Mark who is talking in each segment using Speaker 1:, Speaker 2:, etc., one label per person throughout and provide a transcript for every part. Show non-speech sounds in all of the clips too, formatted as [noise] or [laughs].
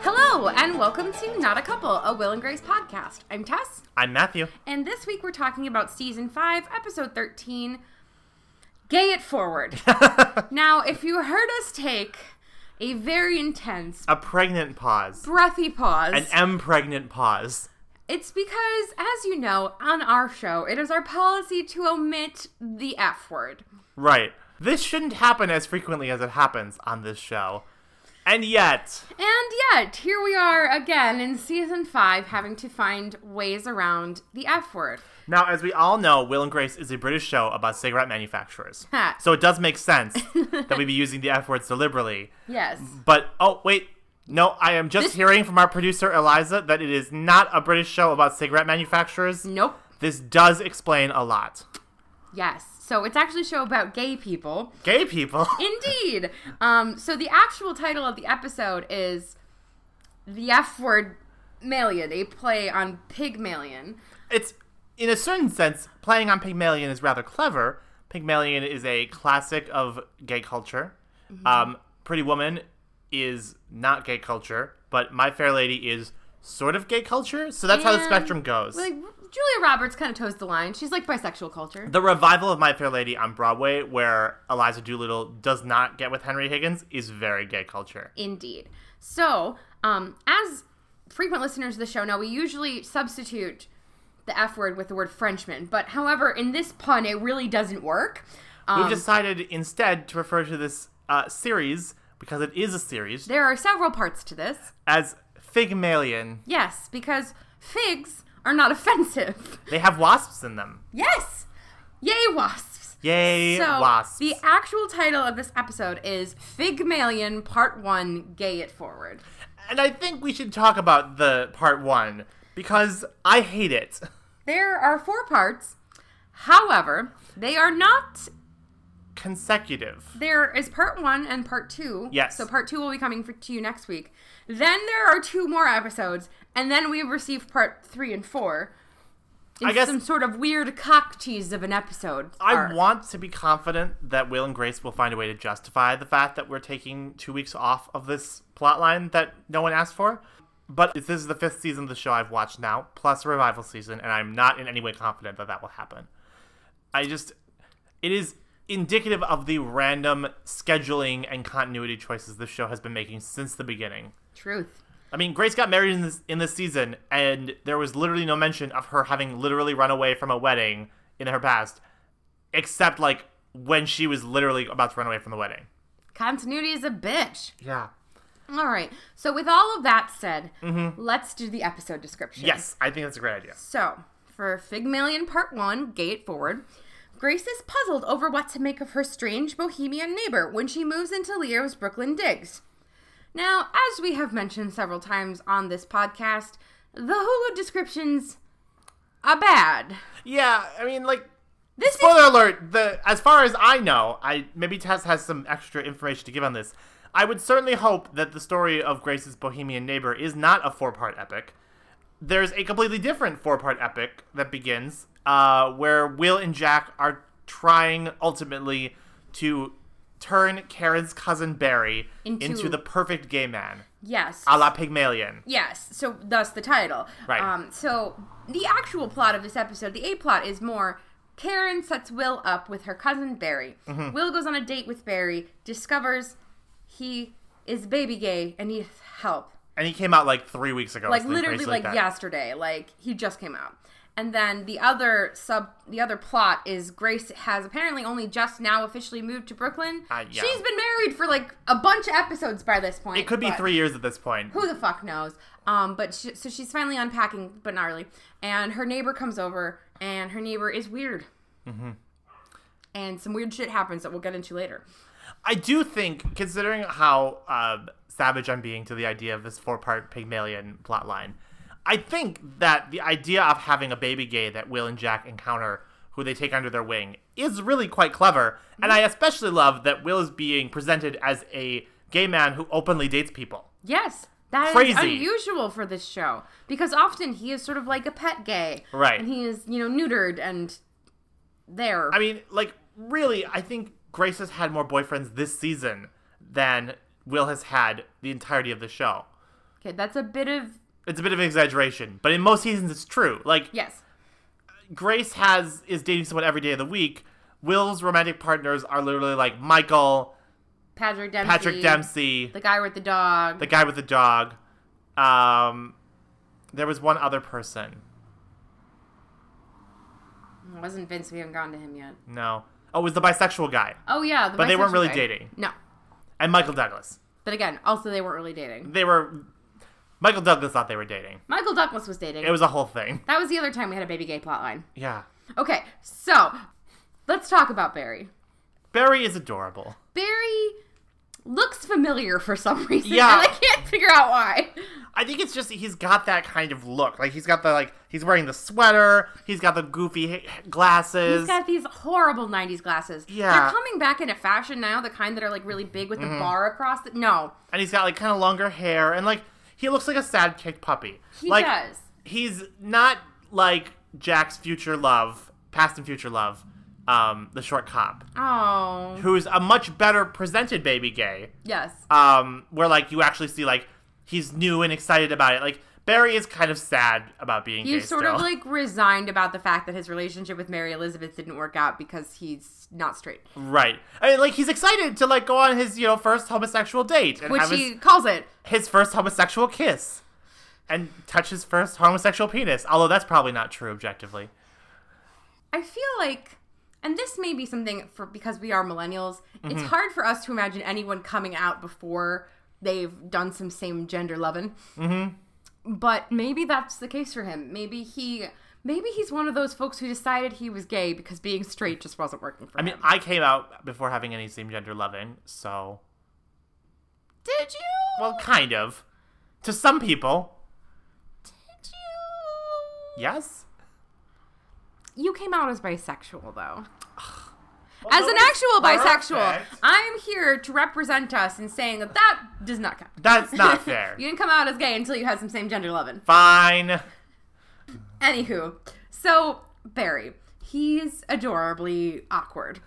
Speaker 1: Hello, and welcome to Not a Couple, a Will and Grace podcast. I'm Tess,
Speaker 2: I'm Matthew.
Speaker 1: and this week we're talking about season 5, episode 13 Gay It Forward. now, if you heard us take a very intense,
Speaker 2: A pregnant pause.
Speaker 1: breathy pause,
Speaker 2: An M pregnant pause.
Speaker 1: it's because, as you know, on our show, it is our policy to omit the F word.
Speaker 2: Right. This shouldn't happen as frequently as it happens on this show. And [laughs] yet,
Speaker 1: And yet, here we are again in season 5 having to find ways around the F word.
Speaker 2: now as we all know, Will and Grace is a British show about cigarette manufacturers. so it does make [laughs] sense that we be using the F words deliberately.
Speaker 1: Yes.
Speaker 2: But oh wait, no, I am just
Speaker 1: This-
Speaker 2: hearing from our producer Eliza that it is not a British show about cigarette manufacturers.
Speaker 1: Nope.
Speaker 2: This does explain a lot.
Speaker 1: Yes. So it's actually a show about gay people.
Speaker 2: Gay people. [laughs]
Speaker 1: Indeed. Um, so the actual title of the episode is The F Word Malia. They play on Pygmalion.
Speaker 2: it's in a certain sense playing on Pygmalion is rather clever. Pygmalion is a classic of gay culture.
Speaker 1: Mm-hmm.
Speaker 2: Um, Pretty Woman is not gay culture, but My Fair Lady is sort of gay culture. So that's how the
Speaker 1: And-
Speaker 2: spectrum goes.
Speaker 1: Like, Julia Roberts kind of toes the line. She's like bisexual culture.
Speaker 2: the revival of My Fair Lady on Broadway, where Eliza Doolittle does not get with Henry Higgins, is very gay culture.
Speaker 1: Indeed. So, um, as frequent listeners of the show know, we usually substitute the F word with the word Frenchman. But however, in this pun, it really doesn't work. Um,
Speaker 2: We've decided instead to refer to this uh, series, because it is a series,
Speaker 1: there are several parts to this.
Speaker 2: as Figmalion.
Speaker 1: Yes, because figs are not [laughs] offensive.
Speaker 2: They have wasps in them.
Speaker 1: Yes! Yay, wasps!
Speaker 2: Yay,
Speaker 1: so,
Speaker 2: wasps.
Speaker 1: the actual title of this episode is Figmalion Part 1 Gay It Forward.
Speaker 2: and I think we should talk about the part one because I hate it.
Speaker 1: There are four parts. However, they are not.
Speaker 2: Consecutive.
Speaker 1: There is part one and part two.
Speaker 2: Yes.
Speaker 1: So part two will be coming for, to you next week. Then there are two more episodes, and then we receive part three and four. In
Speaker 2: I guess-
Speaker 1: some sort of weird cock tease of an episode.
Speaker 2: I
Speaker 1: arc.
Speaker 2: want to be confident that Will and Grace will find a way to justify the fact that we're taking two weeks off of this plotline that no one asked for. But this is the fifth season of the show I've watched now, plus a revival season, and I'm not in any way confident that that will happen. I just. It is indicative of the random scheduling and continuity choices this show has been making since the beginning.
Speaker 1: Truth.
Speaker 2: I mean, Grace got married in this in this season, and there was literally no mention of her having literally run away from a wedding in her past, except like when she was literally about to run away from the wedding.
Speaker 1: Continuity is a bitch.
Speaker 2: Yeah.
Speaker 1: All right. So, with all of that said, let's do the episode description.
Speaker 2: Yes, I think that's a great idea.
Speaker 1: So, for Figmalion Part 1, Gate Forward, Grace is puzzled over what to make of her strange bohemian neighbor when she moves into Leo's Brooklyn digs. Now, as we have mentioned several times on this podcast, the Hulu descriptions are bad.
Speaker 2: Yeah, I mean, like
Speaker 1: This is
Speaker 2: spoiler alert. The as far as I know, I maybe Tess has some extra information to give on this. I would certainly hope that the story of Grace's Bohemian Neighbor is not a four-part epic. There's a completely different four-part epic that begins, uh, where Will and Jack are trying ultimately to turn Karen's cousin Barry
Speaker 1: Into-
Speaker 2: into, the perfect gay man,
Speaker 1: yes.
Speaker 2: a la Pygmalion.
Speaker 1: Yes, so thus the title.
Speaker 2: Right.
Speaker 1: Um, so the actual plot of this episode, the A plot, is more Karen sets Will up with her cousin Barry.
Speaker 2: Mm-hmm.
Speaker 1: Will goes on a date with Barry, discovers he is baby gay and needs help.
Speaker 2: And he came out like three weeks ago. or
Speaker 1: Like
Speaker 2: something
Speaker 1: literally,
Speaker 2: crazy
Speaker 1: like,
Speaker 2: that.
Speaker 1: yesterday. Like he just came out. And then the other sub, the other plot is Grace has apparently only just now officially moved to Brooklyn.
Speaker 2: Uh, yeah.
Speaker 1: She's been married for like a bunch of episodes by this point.
Speaker 2: It could be
Speaker 1: but-
Speaker 2: three years at this point.
Speaker 1: who the fuck knows? Um, but she, so she's finally unpacking, but not really. And her neighbor comes over, and her neighbor is weird. Mm-hmm. And some weird shit happens that we'll get into later.
Speaker 2: I do think, considering how uh, savage I'm being to the idea of this four part Pygmalion plotline, I think that the idea of having a baby gay that Will and Jack encounter, who they take under their wing, is really quite clever. And I especially love that Will is being presented as a gay man who openly dates people.
Speaker 1: Yes, that is
Speaker 2: Crazy.
Speaker 1: unusual for this show because often he is sort of like a pet gay,
Speaker 2: Right.
Speaker 1: And he is you know neutered and there.
Speaker 2: I mean, like, really, I think Grace has had more boyfriends this season than Will has had the entirety of the show.
Speaker 1: Okay, that's a bit of
Speaker 2: It's a bit of an exaggeration, but in most seasons it's true. Like
Speaker 1: yes.
Speaker 2: Grace has is dating someone every day of the week. Will's romantic partners are literally like Michael,
Speaker 1: Patrick Dempsey.
Speaker 2: Patrick Dempsey,
Speaker 1: The guy with the dog.
Speaker 2: the guy with the dog. Um, there was one other person.
Speaker 1: It wasn't Vince. We haven't gotten to him yet.
Speaker 2: No, oh, it was the bisexual guy
Speaker 1: Oh yeah, the
Speaker 2: But they weren't
Speaker 1: bisexual
Speaker 2: really
Speaker 1: guy.
Speaker 2: dating.
Speaker 1: No,
Speaker 2: and Michael Douglas.
Speaker 1: but again, also they weren't really dating.
Speaker 2: They were. Michael Douglas thought they were dating.
Speaker 1: Michael Douglas was dating.
Speaker 2: It was a whole thing. [laughs]
Speaker 1: that was the other time we had a baby gay plotline.
Speaker 2: Yeah,
Speaker 1: Okay, so let's talk about Barry.
Speaker 2: Barry is adorable.
Speaker 1: Barry looks familiar for some reason.
Speaker 2: Yeah.
Speaker 1: and I can't figure out why.
Speaker 2: I think it's just he's got that kind of look. Like he's got the like he's wearing the sweater. He's got the goofy h- glasses.
Speaker 1: He's got these horrible '90s glasses.
Speaker 2: Yeah. Mm-hmm.
Speaker 1: they're coming back into fashion now. The kind that are like really big with the bar across. The- no,
Speaker 2: and he's got like kind of longer hair and like he looks like a sad kicked puppy.
Speaker 1: He
Speaker 2: like,
Speaker 1: does.
Speaker 2: He's not like Jack's future love, past and future love, um, the short cop,
Speaker 1: oh
Speaker 2: who's a much better presented baby gay.
Speaker 1: yes,
Speaker 2: Um, where like you actually see like he's new and excited about it. Like Barry is kind of sad about being gay
Speaker 1: he's sort
Speaker 2: still.
Speaker 1: of like resigned about the fact that his relationship with Mary Elizabeth didn't work out because he's not straight,
Speaker 2: right. I mean, like he's excited to like go on his you know first homosexual date and
Speaker 1: which
Speaker 2: have
Speaker 1: he
Speaker 2: his,
Speaker 1: calls it.
Speaker 2: his first homosexual kiss. And touch his first homosexual penis, although that's probably not true objectively.
Speaker 1: I feel like, and this may be something for because we are millennials,
Speaker 2: Mm-hmm.
Speaker 1: it's hard for us to imagine anyone coming out before they've done some same gender loving. Mm-hmm. But maybe that's the case for him. Maybe he, maybe he's one of those folks who decided he was gay because being straight just wasn't working for
Speaker 2: I
Speaker 1: him.
Speaker 2: mean, I came out before having any same gender loving, so
Speaker 1: did you?
Speaker 2: well, kind of. To some people,
Speaker 1: did you?
Speaker 2: yes.
Speaker 1: You came out as bisexual though. As an
Speaker 2: Nobody's
Speaker 1: actual bisexual,
Speaker 2: perfect.
Speaker 1: I'm here to represent us in saying that that does not count.
Speaker 2: that's not fair.
Speaker 1: [laughs] you didn't come out as gay until you had some same gender loving.
Speaker 2: Fine.
Speaker 1: Anywho, so Barry, he's adorably awkward.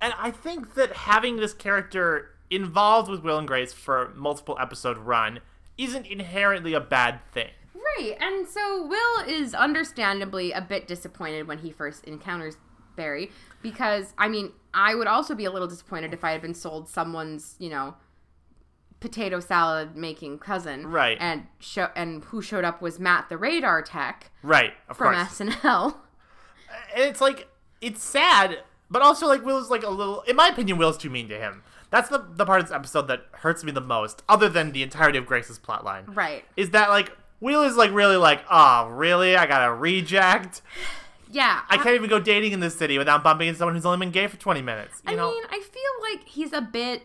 Speaker 2: And I think that having this character involved with Will and Grace for a multiple episode run isn't inherently a bad thing.
Speaker 1: Right, and so Will is understandably a bit disappointed when he first encounters Barry because, I mean, I would also be a little disappointed if I had been sold someone's, you know, potato salad making cousin.
Speaker 2: Right.
Speaker 1: And, show and who showed up was Matt the radar tech
Speaker 2: Right, of
Speaker 1: from
Speaker 2: course.
Speaker 1: SNL.
Speaker 2: And it's like it's sad, but also like Will's like a little. In my opinion, Will's too mean to him. That's the the part of this episode that hurts me the most, other than the entirety of Grace's plotline.
Speaker 1: Right.
Speaker 2: Is that like Will is like really like, oh really? I gotta reject.
Speaker 1: Yeah.
Speaker 2: I can't even go dating in this city without bumping into someone who's only been gay for twenty minutes. You
Speaker 1: I
Speaker 2: know.
Speaker 1: mean, I feel like he's a bit.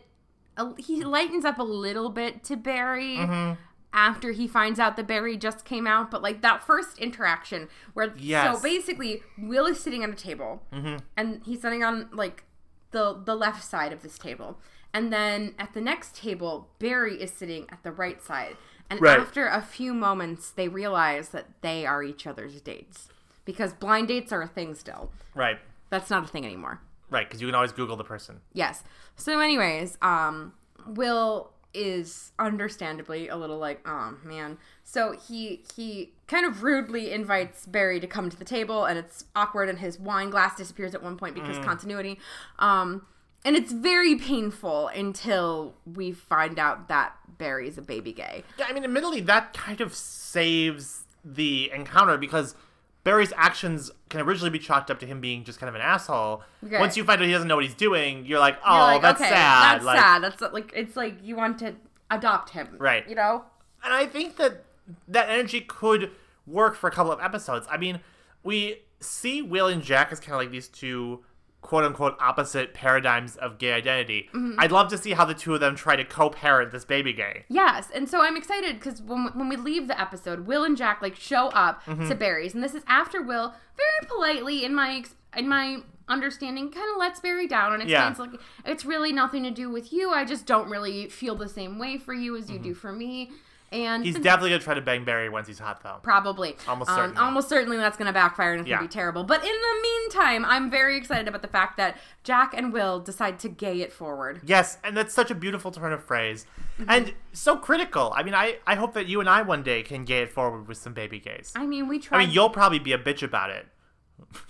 Speaker 1: a- He lightens up a little bit to Barry
Speaker 2: Mm-hmm.
Speaker 1: after he finds out that Barry just came out, but like that first interaction where
Speaker 2: Yes. Mm-hmm.
Speaker 1: so basically Will is sitting at a table and he's sitting on like the the left side of this table, and then at the next table Barry is sitting at the right side, and
Speaker 2: Right.
Speaker 1: after a few moments they realize that they are each other's dates because blind dates are a thing still.
Speaker 2: right.
Speaker 1: That's not a thing anymore.
Speaker 2: Right, because you can always Google the person.
Speaker 1: Yes. So, anyways, um, Will is understandably a little like, oh man. So he he kind of rudely invites Barry to come to the table, and it's awkward, and his wine glass disappears at one point because
Speaker 2: Mm.
Speaker 1: continuity. Um, and it's very painful until we find out that Barry's a baby gay.
Speaker 2: Yeah, I mean, admittedly, that kind of saves the encounter because Barry's actions can originally be chalked up to him being just kind of an asshole.
Speaker 1: Okay.
Speaker 2: Once you find out he doesn't know what he's doing, you're like, oh,
Speaker 1: You're like,
Speaker 2: that's
Speaker 1: okay,
Speaker 2: sad.
Speaker 1: That's
Speaker 2: like,
Speaker 1: sad. That's like it's like you want to adopt him,
Speaker 2: Right.
Speaker 1: You know.
Speaker 2: And I think that that energy could work for a couple of episodes. I mean, we see Will and Jack as kind of like these two quote unquote opposite paradigms of gay identity.
Speaker 1: Mm-hmm.
Speaker 2: I'd love to see how the two of them try to co parent this baby gay.
Speaker 1: Yes, and so I'm excited because when when we leave the episode, Will and Jack like show up
Speaker 2: Mm-hmm.
Speaker 1: to Barry's, and this is after Will very politely, in my ex- in my understanding, kind of lets Barry down and
Speaker 2: Yeah.
Speaker 1: explains like it's really nothing to do with you. I just don't really feel the same way for you as you do for me. And [laughs]
Speaker 2: Mm-hmm. He's definitely gonna try to bang Barry once he's hot, though.
Speaker 1: Probably.
Speaker 2: Almost
Speaker 1: Um,
Speaker 2: certainly.
Speaker 1: almost certainly that's going to backfire and it's
Speaker 2: Yeah.
Speaker 1: going to be terrible. But in the meantime, I'm very excited about the fact that Jack and Will decide to gay it forward.
Speaker 2: Yes, and that's such a beautiful turn of phrase,
Speaker 1: Mm-hmm.
Speaker 2: and so critical. I mean, I I hope that you and I one day can gay it forward with some baby gays.
Speaker 1: I mean, we tried.
Speaker 2: I mean, you'll probably be a bitch about it.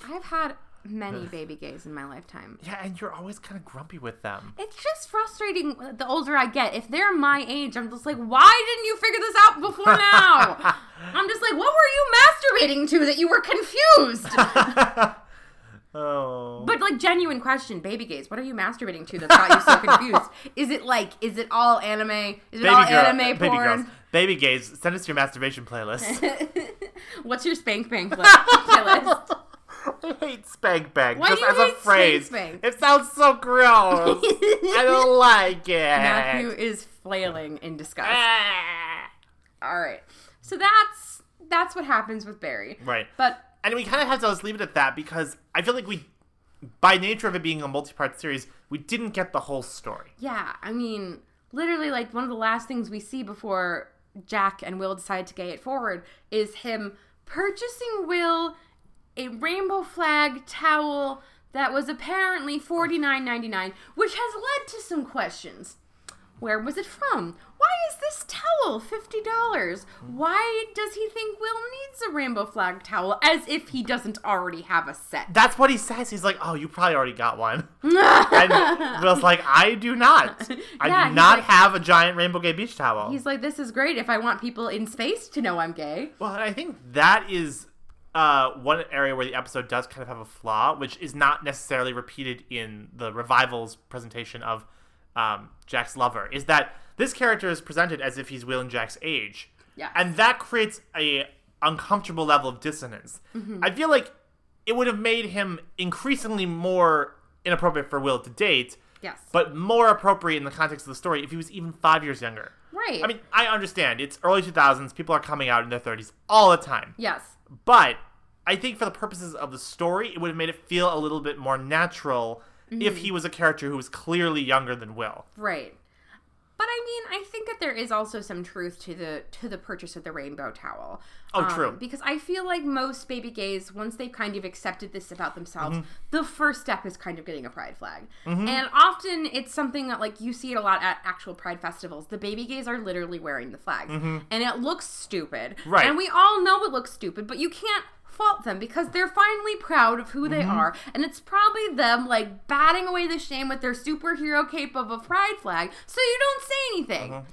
Speaker 1: I've had many baby gays in my lifetime.
Speaker 2: Yeah, and you're always kind of grumpy with them.
Speaker 1: It's just frustrating uh, the older I get. If they're my age, I'm just like, why didn't you figure this out before
Speaker 2: [laughs]
Speaker 1: now? I'm just like, what were you masturbating to that you were
Speaker 2: [laughs]
Speaker 1: confused?
Speaker 2: Oh.
Speaker 1: But like genuine question, baby gaze, what are you masturbating to that got you so confused?
Speaker 2: [laughs]
Speaker 1: Is it like is it all anime? Is it all
Speaker 2: girl-
Speaker 1: anime
Speaker 2: baby girls,
Speaker 1: porn?
Speaker 2: baby gays, send us your masturbation playlist.
Speaker 1: [laughs]
Speaker 2: [laughs]
Speaker 1: What's your spank bang flip? playlist?
Speaker 2: I hate spank bang
Speaker 1: Why do
Speaker 2: just
Speaker 1: you
Speaker 2: as a
Speaker 1: hate spank
Speaker 2: phrase.
Speaker 1: bang?
Speaker 2: It sounds
Speaker 1: [laughs]
Speaker 2: so gross. I don't like it.
Speaker 1: Matthew is flailing in disgust.
Speaker 2: Ah.
Speaker 1: All right. So that's that's what happens with Barry.
Speaker 2: Right.
Speaker 1: But
Speaker 2: and we kind of have to just leave it at that because I feel like we, by nature of it being a multi-part series, we didn't get the whole story.
Speaker 1: yeah, I mean, literally like one of the last things we see before Jack and Will decide to gay it forward is him purchasing Will a rainbow flag towel that was apparently forty nine ninety nine, which has led to some questions. Where was it from? Why is this towel fifty dollars? Why does he think Will needs a rainbow flag towel as if he doesn't already have a set?
Speaker 2: That's what he says. He's like, "Oh, you probably already
Speaker 1: [laughs]
Speaker 2: got one." and Will's like, "I do not. I
Speaker 1: Yeah,
Speaker 2: do
Speaker 1: he's
Speaker 2: not
Speaker 1: like-
Speaker 2: have a giant rainbow gay beach towel."
Speaker 1: He's like, this is great if I want people in space to know I'm gay.
Speaker 2: Well, and I think that is uh, one area where the episode does kind of have a flaw, which is not necessarily repeated in the revival's presentation of um, Jack's lover, is that this character is presented as if he's Will and Jack's age.
Speaker 1: Yes.
Speaker 2: And that creates a uncomfortable level of dissonance. I feel like it would have made him increasingly more inappropriate for Will to date,
Speaker 1: Yes.
Speaker 2: but more appropriate in the context of the story if he was even five years younger.
Speaker 1: Right.
Speaker 2: I mean, I understand. It's early 2000s. People are coming out in their 30s all the time.
Speaker 1: yes.
Speaker 2: But I think for the purposes of the story, it would have made it feel a little bit more natural if he was a character who was clearly younger than Will.
Speaker 1: Right. But I mean, I think that there is also some truth to the to the purchase of the rainbow towel.
Speaker 2: Oh, true.
Speaker 1: Because I feel like most baby gays, once they've kind of accepted this about themselves, the first step is kind of getting a pride flag. And often it's something that like you see it a lot at actual pride festivals. The baby gays are literally wearing the flags, and it looks stupid.
Speaker 2: Right.
Speaker 1: And we all know it looks stupid, but you can't fault them because they're finally proud of who they are and it's probably them like batting away the shame with their superhero cape of a pride flag so you don't say anything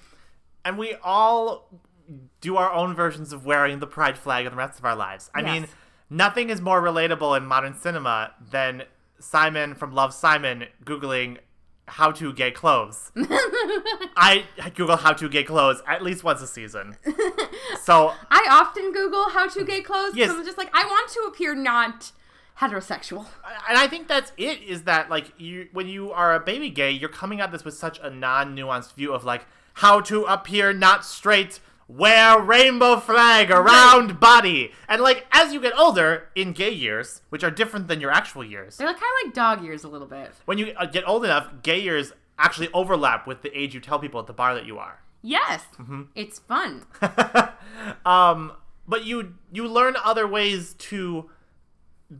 Speaker 2: And we all do our own versions of wearing the pride flag in the rest of our lives. I mean,
Speaker 1: Yes.
Speaker 2: nothing is more relatable in modern cinema than Simon from Love Simon Googling how to gay clothes. I Google how to gay clothes at least once a season. So
Speaker 1: i often google how to gay clothes because
Speaker 2: Yes.
Speaker 1: i'm just like i want to appear not heterosexual
Speaker 2: and I think that's it. Is that like you when you are a baby gay, you're coming at this with such a non-nuanced view of like how to appear not straight, wear rainbow flag around body, and like as you get older in gay years, which are different than your actual years,
Speaker 1: they're like kind of like dog ears a little bit
Speaker 2: when you uh, get old enough, gay years actually overlap with the age you tell people at the bar that you are.
Speaker 1: yes
Speaker 2: Mm-hmm.
Speaker 1: it's fun
Speaker 2: um, but you you learn other ways to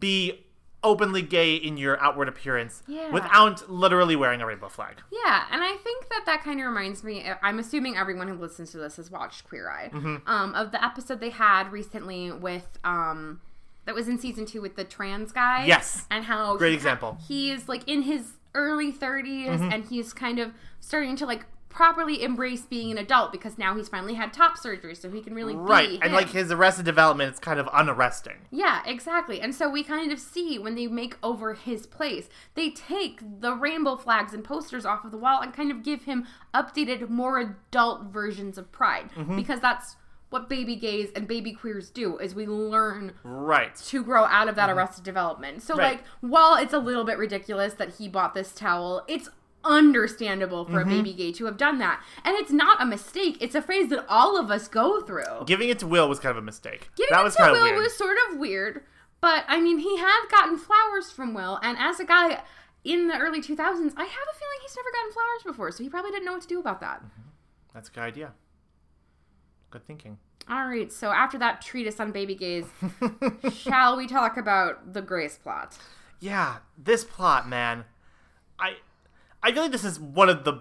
Speaker 2: be openly gay in your outward appearance
Speaker 1: Yeah.
Speaker 2: without literally wearing a rainbow flag.
Speaker 1: Yeah, and I think that that kind of reminds me. uh, I'm assuming everyone who listens to this has watched Queer Eye,
Speaker 2: Mm-hmm.
Speaker 1: um, of the episode they had recently with um, that was in season two with the trans guy.
Speaker 2: Yes.
Speaker 1: and how
Speaker 2: Great
Speaker 1: he-
Speaker 2: example. Mm-hmm.
Speaker 1: He is like in his early 30s, and he's kind of starting to like properly embrace being an adult because now he's finally had top surgery, so he can really
Speaker 2: Right,
Speaker 1: Be
Speaker 2: and
Speaker 1: him.
Speaker 2: like his arrested development, it's kind of unarresting.
Speaker 1: Yeah, exactly. And so we kind of see when they make over his place, they take the rainbow flags and posters off of the wall and kind of give him updated, more adult versions of pride because that's what baby gays and baby queers do is we learn
Speaker 2: Right.
Speaker 1: to grow out of that arrested development. So
Speaker 2: Right.
Speaker 1: like while it's a little bit ridiculous that he bought this towel, it's understandable for a baby gay to have done that. And it's not a mistake. It's a phrase that all of us go through.
Speaker 2: Giving it to Will was kind of a mistake.
Speaker 1: Giving
Speaker 2: that
Speaker 1: it
Speaker 2: was
Speaker 1: to
Speaker 2: kind
Speaker 1: Will
Speaker 2: of weird.
Speaker 1: was sort of weird, but I mean, he had gotten flowers from Will, and as a guy in the early 2000s, I have a feeling he's never gotten flowers before, so he probably didn't know what to do about that.
Speaker 2: That's a good idea. Good thinking.
Speaker 1: All right, so after that treatise on baby
Speaker 2: [laughs]
Speaker 1: gaze, shall we talk about the Grace plot?
Speaker 2: Yeah, this plot, man. I I feel like this is one of the b-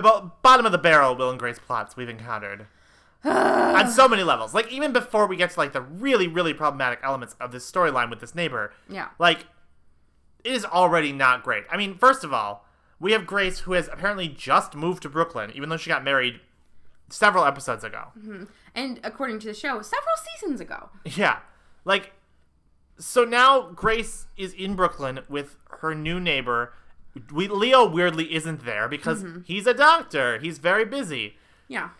Speaker 2: bo- bottom of the barrel Will and Grace plots we've encountered. on so many levels. Like even before we get to like the really really problematic elements of this storyline with this neighbor.
Speaker 1: Yeah.
Speaker 2: Like it is already not great. I mean, first of all, we have Grace who has apparently just moved to Brooklyn even though she got married several episodes ago.
Speaker 1: And according to the show, several seasons ago.
Speaker 2: Yeah. Like, so now Grace is in Brooklyn with her new neighbor. We, Leo weirdly isn't there because
Speaker 1: Mm-hmm.
Speaker 2: he's a doctor. He's very busy.
Speaker 1: Yeah.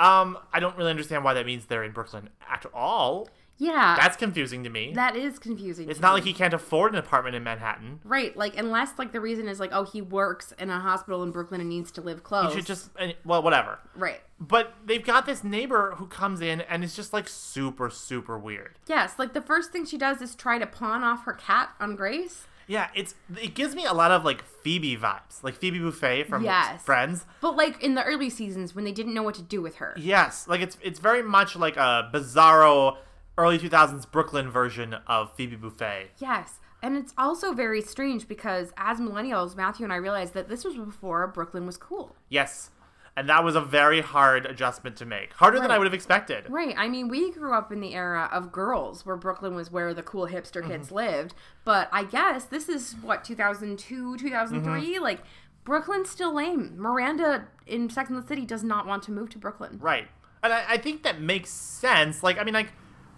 Speaker 2: Um, I don't really understand why that means they're in Brooklyn at all.
Speaker 1: Yeah.
Speaker 2: That's confusing to me.
Speaker 1: that is confusing.
Speaker 2: it's not like he can't afford an apartment in Manhattan.
Speaker 1: Right, like unless like the reason is like oh he works in a hospital in Brooklyn and needs to live close.
Speaker 2: Should just and- well, whatever.
Speaker 1: right.
Speaker 2: But they've got this neighbor who comes in and is just like super, super weird.
Speaker 1: Yes, like the first thing she does is try to pawn off her cat on Grace.
Speaker 2: Yeah, it's it gives me a lot of like Phoebe vibes, like Phoebe Buffet from
Speaker 1: Yes.
Speaker 2: Friends.
Speaker 1: But like in the early seasons when they didn't know what to do with her.
Speaker 2: Yes, like it's it's very much like a bizarro early 2000s Brooklyn version of Phoebe Buffet.
Speaker 1: Yes. And it's also very strange because as millennials, Matthew and I realized that this was before Brooklyn was cool.
Speaker 2: Yes. And that was a very hard adjustment to make. Harder than I
Speaker 1: Right.
Speaker 2: would have expected.
Speaker 1: Right. I mean, we grew up in the era of girls where Brooklyn was where the cool hipster kids lived. But I guess this is what, 2002, 2003? Like, Brooklyn's still lame. Miranda in Sex and the City does not want to move to Brooklyn.
Speaker 2: Right. And I, I think that makes sense. Like, I mean, like,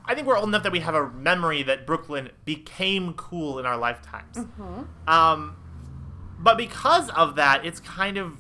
Speaker 2: I think we're old enough that we have a memory that Brooklyn became cool in our lifetimes. Um, but because of that, it's kind of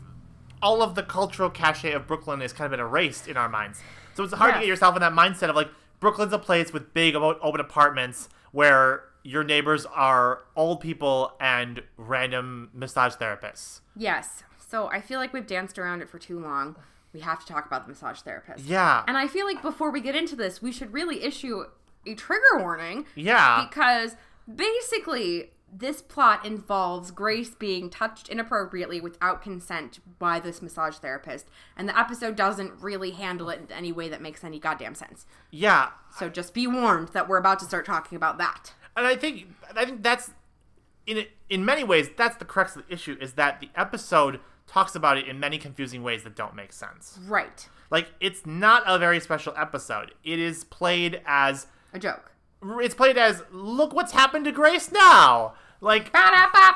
Speaker 2: all of the cultural cachet of Brooklyn is kind of been erased in our minds. So it's hard to get
Speaker 1: Yes.
Speaker 2: yourself in that mindset of like Brooklyn's a place with big o- open apartments where your neighbors are old people and random massage therapists.
Speaker 1: Yes. So I feel like we've danced around it for too long. We have to talk about the massage therapist.
Speaker 2: Yeah.
Speaker 1: And I feel like before we get into this, we should really issue a trigger warning
Speaker 2: yeah.
Speaker 1: because basically this plot involves grace being touched inappropriately without consent by this massage therapist and the episode doesn't really handle it in any way that makes any goddamn sense
Speaker 2: yeah.
Speaker 1: so just be warned that we're about to start talking about that
Speaker 2: and I think I think that's in in many ways that's the crux of the issue is that the episode talks about it in many confusing ways that don't make sense.
Speaker 1: right
Speaker 2: Like it's not a very special episode. It is played as
Speaker 1: a joke
Speaker 2: it's played as look what's happened to Grace now. Like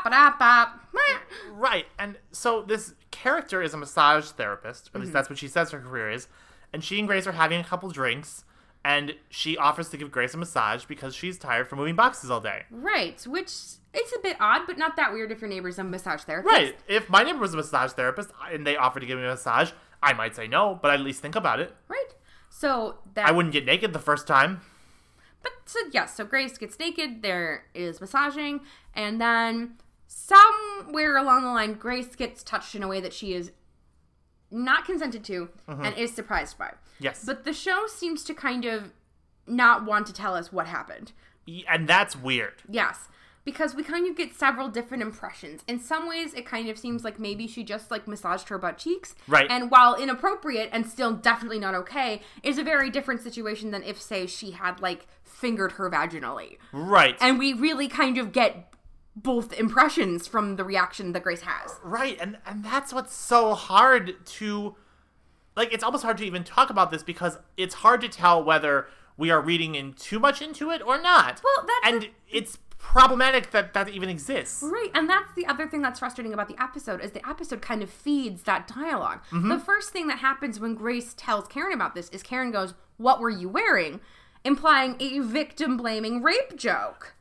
Speaker 1: Ba-da-ba-ba-da-ba. Meh.
Speaker 2: right, and so this character is a massage therapist. Or at least that's what she says her career is, and she and Grace are having a couple drinks. And she offers to give Grace a massage because she's tired from moving boxes all day.
Speaker 1: right which it's a bit odd but not that weird if your neighbor's a massage therapist
Speaker 2: Right. If my neighbor was a massage therapist and they offered to give me a massage, I might say no, but I'd at least think about it.
Speaker 1: right so that
Speaker 2: I wouldn't get naked the first time.
Speaker 1: But so yes, so Grace gets naked. There is massaging, and then somewhere along the line, Grace gets touched in a way that she is not consented to and is surprised by.
Speaker 2: Mm-hmm. Yes.
Speaker 1: But the show seems to kind of not want to tell us what happened.
Speaker 2: Y- E, And that's weird.
Speaker 1: Yes. Because we kind of get several different impressions. In some ways, it kind of seems like maybe she just like massaged her butt cheeks.
Speaker 2: Right.
Speaker 1: And while inappropriate and still definitely not okay, is a very different situation than if, say, she had like fingered her vaginally.
Speaker 2: Right.
Speaker 1: And we really kind of get both impressions from the reaction that Grace has.
Speaker 2: right. And and that's what's so hard to like it's almost hard to even talk about this because it's hard to tell whether we are reading in too much into it or not.
Speaker 1: Well, that's
Speaker 2: And it's problematic that that even exists.
Speaker 1: Right, and that's the other thing that's frustrating about the episode is the episode kind of feeds that dialog The first thing that happens when Grace tells Karen about this is Karen goes, "What were you wearing?" implying a victim blaming rape joke.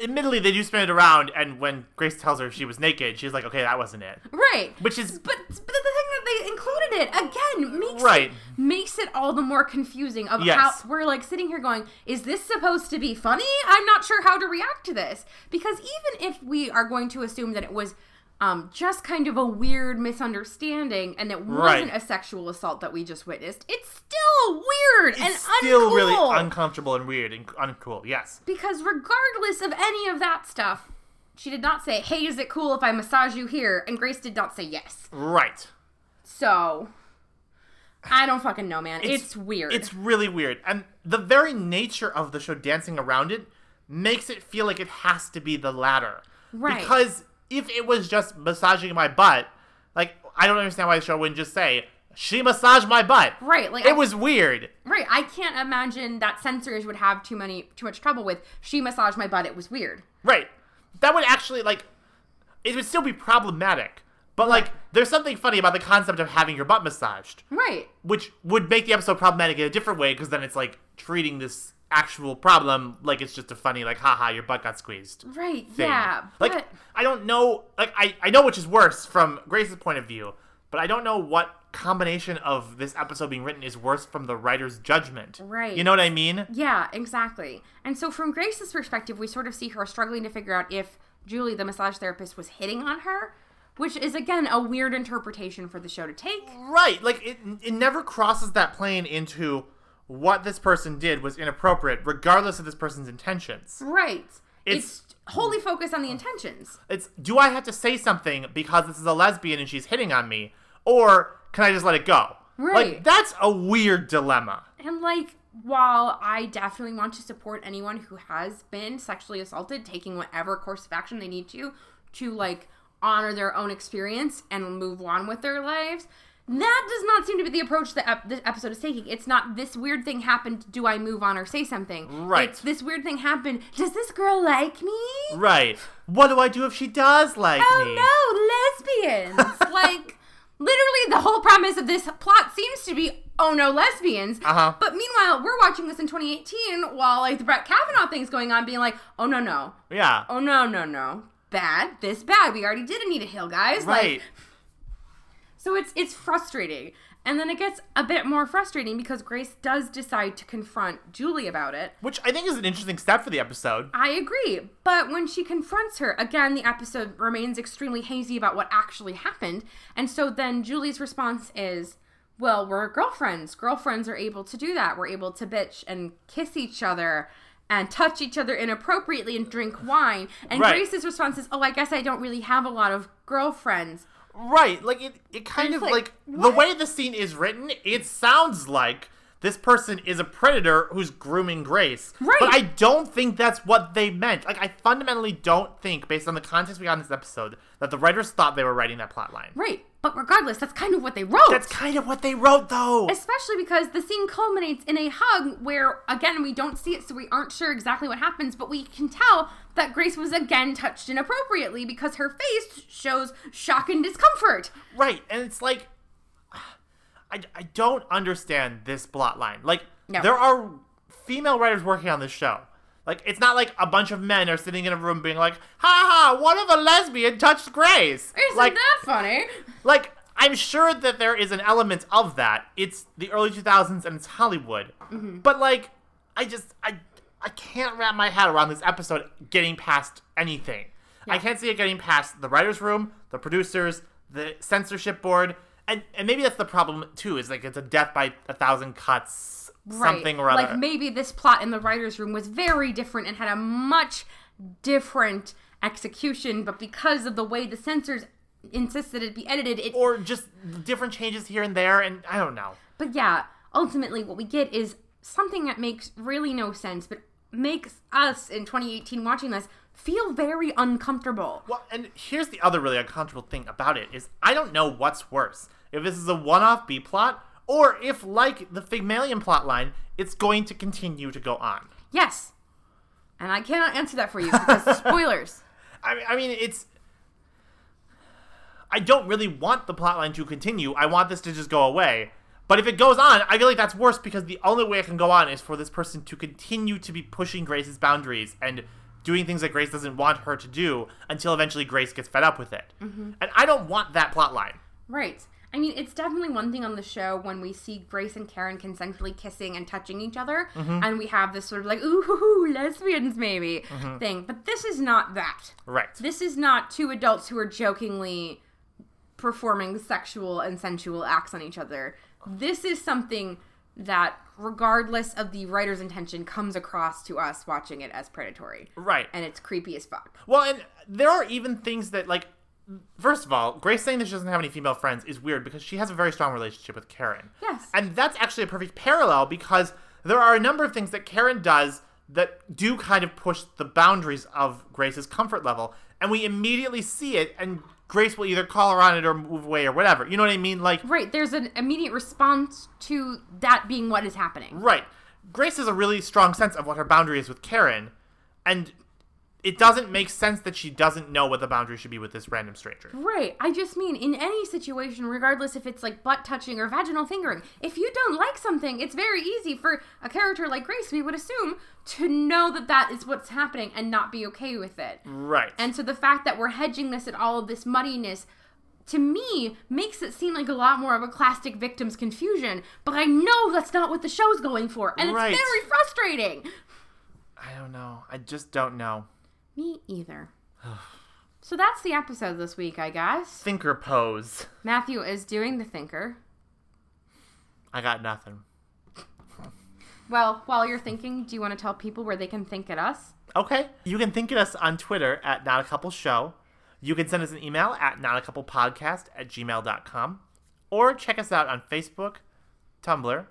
Speaker 2: Admittedly, they do spin it around and when Grace tells her she was naked, she's like, "Okay, that wasn't it."
Speaker 1: Right.
Speaker 2: Which
Speaker 1: [laughs]
Speaker 2: is
Speaker 1: but, but the thing that they included it again makes
Speaker 2: Right.
Speaker 1: it, makes it all the more confusing of
Speaker 2: Yes.
Speaker 1: how we're like sitting here going is this supposed to be funny i'm not sure how to react to this because even if we are going to assume that it was um, just kind of a weird misunderstanding and it wasn't
Speaker 2: Right.
Speaker 1: a sexual assault that we just witnessed it's still weird and
Speaker 2: It's still
Speaker 1: uncool.
Speaker 2: really uncomfortable and weird and uncool. Yes.
Speaker 1: Because regardless of any of that stuff, she did not say, "Hey, is it cool if I massage you here?" And Grace did not say yes.
Speaker 2: Right.
Speaker 1: So I don't fucking know, man. It's,
Speaker 2: It's-
Speaker 1: weird.
Speaker 2: It's really weird. And the very nature of the show dancing around it makes it feel like it has to be the latter.
Speaker 1: Right.
Speaker 2: Because if it was just massaging my butt, like I don't understand why the show wouldn't just say she massaged my butt.
Speaker 1: Right, like,
Speaker 2: it
Speaker 1: I-
Speaker 2: was weird.
Speaker 1: right. I can't imagine that censors would have too many too much trouble with. She massaged my butt. It was weird.
Speaker 2: Right. That would actually like it would still be problematic. But like there's something funny about the concept of having your butt massaged.
Speaker 1: Right.
Speaker 2: which would make the episode problematic in a different way because then it's like treating this actual problem like it's just a funny like haha your butt got squeezed
Speaker 1: Right.
Speaker 2: thing.
Speaker 1: Yeah.
Speaker 2: like
Speaker 1: but
Speaker 2: i don't know like I, I know which is worse from grace's point of view but i don't know what combination of this episode being written is worse from the writer's judgment
Speaker 1: Right.
Speaker 2: you know what i mean
Speaker 1: yeah, exactly. And so from Grace's perspective, we sort of see her struggling to figure out if Julie, the massage therapist, was hitting on her, which is again a weird interpretation for the show to take.
Speaker 2: right like it, it never crosses that plane into what this person did was inappropriate regardless of this person's intentions
Speaker 1: Right. It's,
Speaker 2: It's-
Speaker 1: wholly focused on the intentions.
Speaker 2: It's do I have to say something because this is a lesbian and she's hitting on me, or can I just let it go?
Speaker 1: Right.
Speaker 2: Like that's a weird dilemma.
Speaker 1: And like, while I definitely want to support anyone who has been sexually assaulted, taking whatever course of action they need to, to like honor their own experience and move on with their lives, that does not seem to be the approach that ep- this episode is taking. It's not this weird thing happened. Do I move on or say something?
Speaker 2: Right.
Speaker 1: It's this weird thing happened. Does this girl like me?
Speaker 2: Right. What do I do if she does like me?
Speaker 1: Oh no, lesbians!
Speaker 2: [laughs]
Speaker 1: like literally, the whole premise of this plot seems to be oh no, lesbians.
Speaker 2: Uh-huh.
Speaker 1: But meanwhile, we're watching this in 2018 while like the Brett Kavanaugh thing's going on, being like oh no no,
Speaker 2: Yeah.
Speaker 1: oh no no no, bad this bad. We already did Anita Hill, guys.
Speaker 2: right.
Speaker 1: Like, so it's it's frustrating. And then it gets a bit more frustrating because Grace does decide to confront Julie about it.
Speaker 2: Which I think is an interesting step for the episode.
Speaker 1: I agree. But when she confronts her, again, the episode remains extremely hazy about what actually happened. And so then Julie's response is, well, we're girlfriends. Girlfriends are able to do that. We're able to bitch and kiss each other and touch each other inappropriately and drink wine. And
Speaker 2: Right.
Speaker 1: Grace's response is, oh, I guess I don't really have a lot of girlfriends.
Speaker 2: Right. Like it. It kind of
Speaker 1: like,
Speaker 2: like, the
Speaker 1: what?
Speaker 2: way the scene is written. It sounds like. This person is a predator who's grooming Grace.
Speaker 1: Right.
Speaker 2: But I don't think that's what they meant. Like, I fundamentally don't think, based on the context we got in this episode, that the writers thought they were writing that plotline.
Speaker 1: Right. But regardless, that's kind of what they wrote.
Speaker 2: That's kind of what they wrote, though.
Speaker 1: Especially because the scene culminates in a hug where, again, we don't see it, so we aren't sure exactly what happens, but we can tell that Grace was again touched inappropriately because her face shows shock and discomfort.
Speaker 2: right, and it's like, [sighs] I, I don't understand this plot line. Like,
Speaker 1: No.
Speaker 2: there are female writers working on this show. Like, it's not like a bunch of men are sitting in a room being like, ha ha, what if a lesbian touched Grace?
Speaker 1: Isn't
Speaker 2: like,
Speaker 1: that funny?
Speaker 2: like, I'm sure that there is an element of that. It's the early 2000s and it's Hollywood. But, like, I just, I, I can't wrap my head around this episode getting past anything. I can't see it getting past the writer's room, the producers, the censorship board. And, and maybe that's the problem, too, is like it's a death by a thousand cuts, something or other.
Speaker 1: Like maybe this plot in the writer's room was very different and had a much different execution, but because of the way the censors insisted it be edited, it
Speaker 2: or just different changes here and there, and I don't know.
Speaker 1: But yeah, ultimately, what we get is something that makes really no sense, but makes us in 2018 watching this feel very uncomfortable.
Speaker 2: Well, and here's the other really uncomfortable thing about it is I don't know what's worse. If this is a one-off B plot, or if like the Figmalian plot line, it's going to continue to go on.
Speaker 1: Yes. And I cannot answer that for you because spoilers.
Speaker 2: I mean, I mean, it's. I don't really want the plot line to continue. I want this to just go away. But if it goes on, I feel like that's worse because the only way it can go on is for this person to continue to be pushing Grace's boundaries and doing things that Grace doesn't want her to do until eventually Grace gets fed up with it. And I don't want that plot line.
Speaker 1: Right. I mean, it's definitely one thing on the show when we see Grace and Karen consensually kissing and touching each other, and we have this sort of like, ooh, hoo, hoo, lesbians maybe thing. But this is not that.
Speaker 2: Right.
Speaker 1: This is not two adults who are jokingly performing sexual and sensual acts on each other. This is something that, regardless of the writer's intention, comes across to us watching it as predatory.
Speaker 2: Right.
Speaker 1: And it's creepy as fuck.
Speaker 2: well, and there are even things that like First of all, Grace saying that she doesn't have any female friends is weird because she has a very strong relationship with Karen.
Speaker 1: Yes.
Speaker 2: And that's actually a perfect parallel because there are a number of things that Karen does that do kind of push the boundaries of Grace's comfort level. And we immediately see it, and Grace will either call her on it or move away or whatever. You know what I mean? Like,
Speaker 1: Right, there's an immediate response to that being what is happening.
Speaker 2: Right. Grace has a really strong sense of what her boundary is with Karen, and it doesn't make sense that she doesn't know what the boundary should be with this random stranger.
Speaker 1: Right, I just mean in any situation, regardless if it's like butt touching or vaginal fingering, if you don't like something, it's very easy for a character like Grace, we would assume, to know that that is what's happening and not be okay with it.
Speaker 2: Right.
Speaker 1: And so the fact that we're hedging this and all of this muddiness to me makes it seem like a lot more of a classic victim's confusion, but I know that's not what the show's going for, and
Speaker 2: Right.
Speaker 1: it's very frustrating.
Speaker 2: I don't know. I just don't know.
Speaker 1: Me either. so that's the episode this week, I guess.
Speaker 2: Thinker pose.
Speaker 1: Matthew is doing the thinker.
Speaker 2: I got nothing.
Speaker 1: Well, while you're thinking, do you want to tell people where they can think at us?
Speaker 2: Okay. You can think at us on Twitter at Not a Couple Show. You can send us an email at notacouplepodcast at gmail.com. Or check us out on Facebook, Tumblr,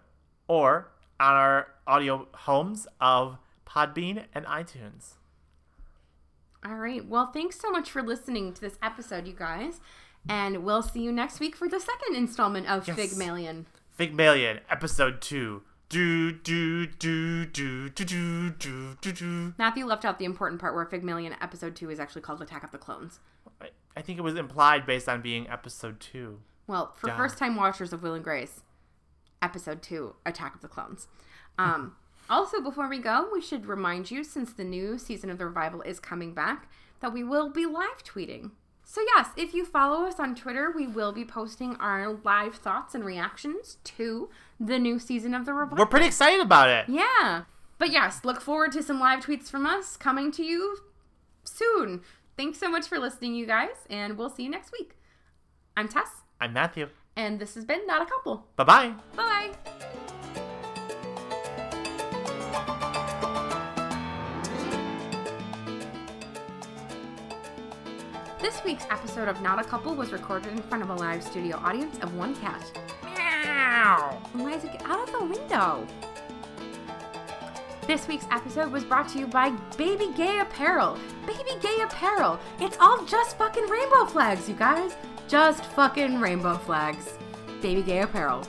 Speaker 2: or on our audio homes of Podbean and iTunes.
Speaker 1: All right. Well, thanks so much for listening to this episode, you guys. And we'll see you next week for the second installment of
Speaker 2: Yes.
Speaker 1: Figmalion.
Speaker 2: Figmalion, episode two. Do do do do do do do do do.
Speaker 1: Matthew left out the important part where Figmalion episode 2 is actually called Attack of the Clones.
Speaker 2: I- I think it was implied based on being episode two.
Speaker 1: Well, for
Speaker 2: Darn.
Speaker 1: first time watchers of Will and Grace, episode two, Attack of the Clones. Um, also, before we go, we should remind you since the new season of the revival is coming back that we will be live tweeting. So, yes, if you follow us on Twitter, we will be posting our live thoughts and reactions to the new season of the revival.
Speaker 2: We're pretty excited about it.
Speaker 1: Yeah. But yes, look forward to some live tweets from us coming to you soon. Thanks so much for listening, you guys, and we'll see you next week. I'm Tess.
Speaker 2: I'm Matthew.
Speaker 1: And this has been Not a Couple.
Speaker 2: Bye bye.
Speaker 1: Bye bye. This week's episode of Not a Couple was recorded in front of a live studio audience of one cat.
Speaker 2: Meow.
Speaker 1: Eliza, get out of the window. This week's episode was brought to you by Baby Gay Apparel. Baby Gay Apparel. It's all just fucking rainbow flags, you guys. Just fucking rainbow flags. Baby Gay Apparel.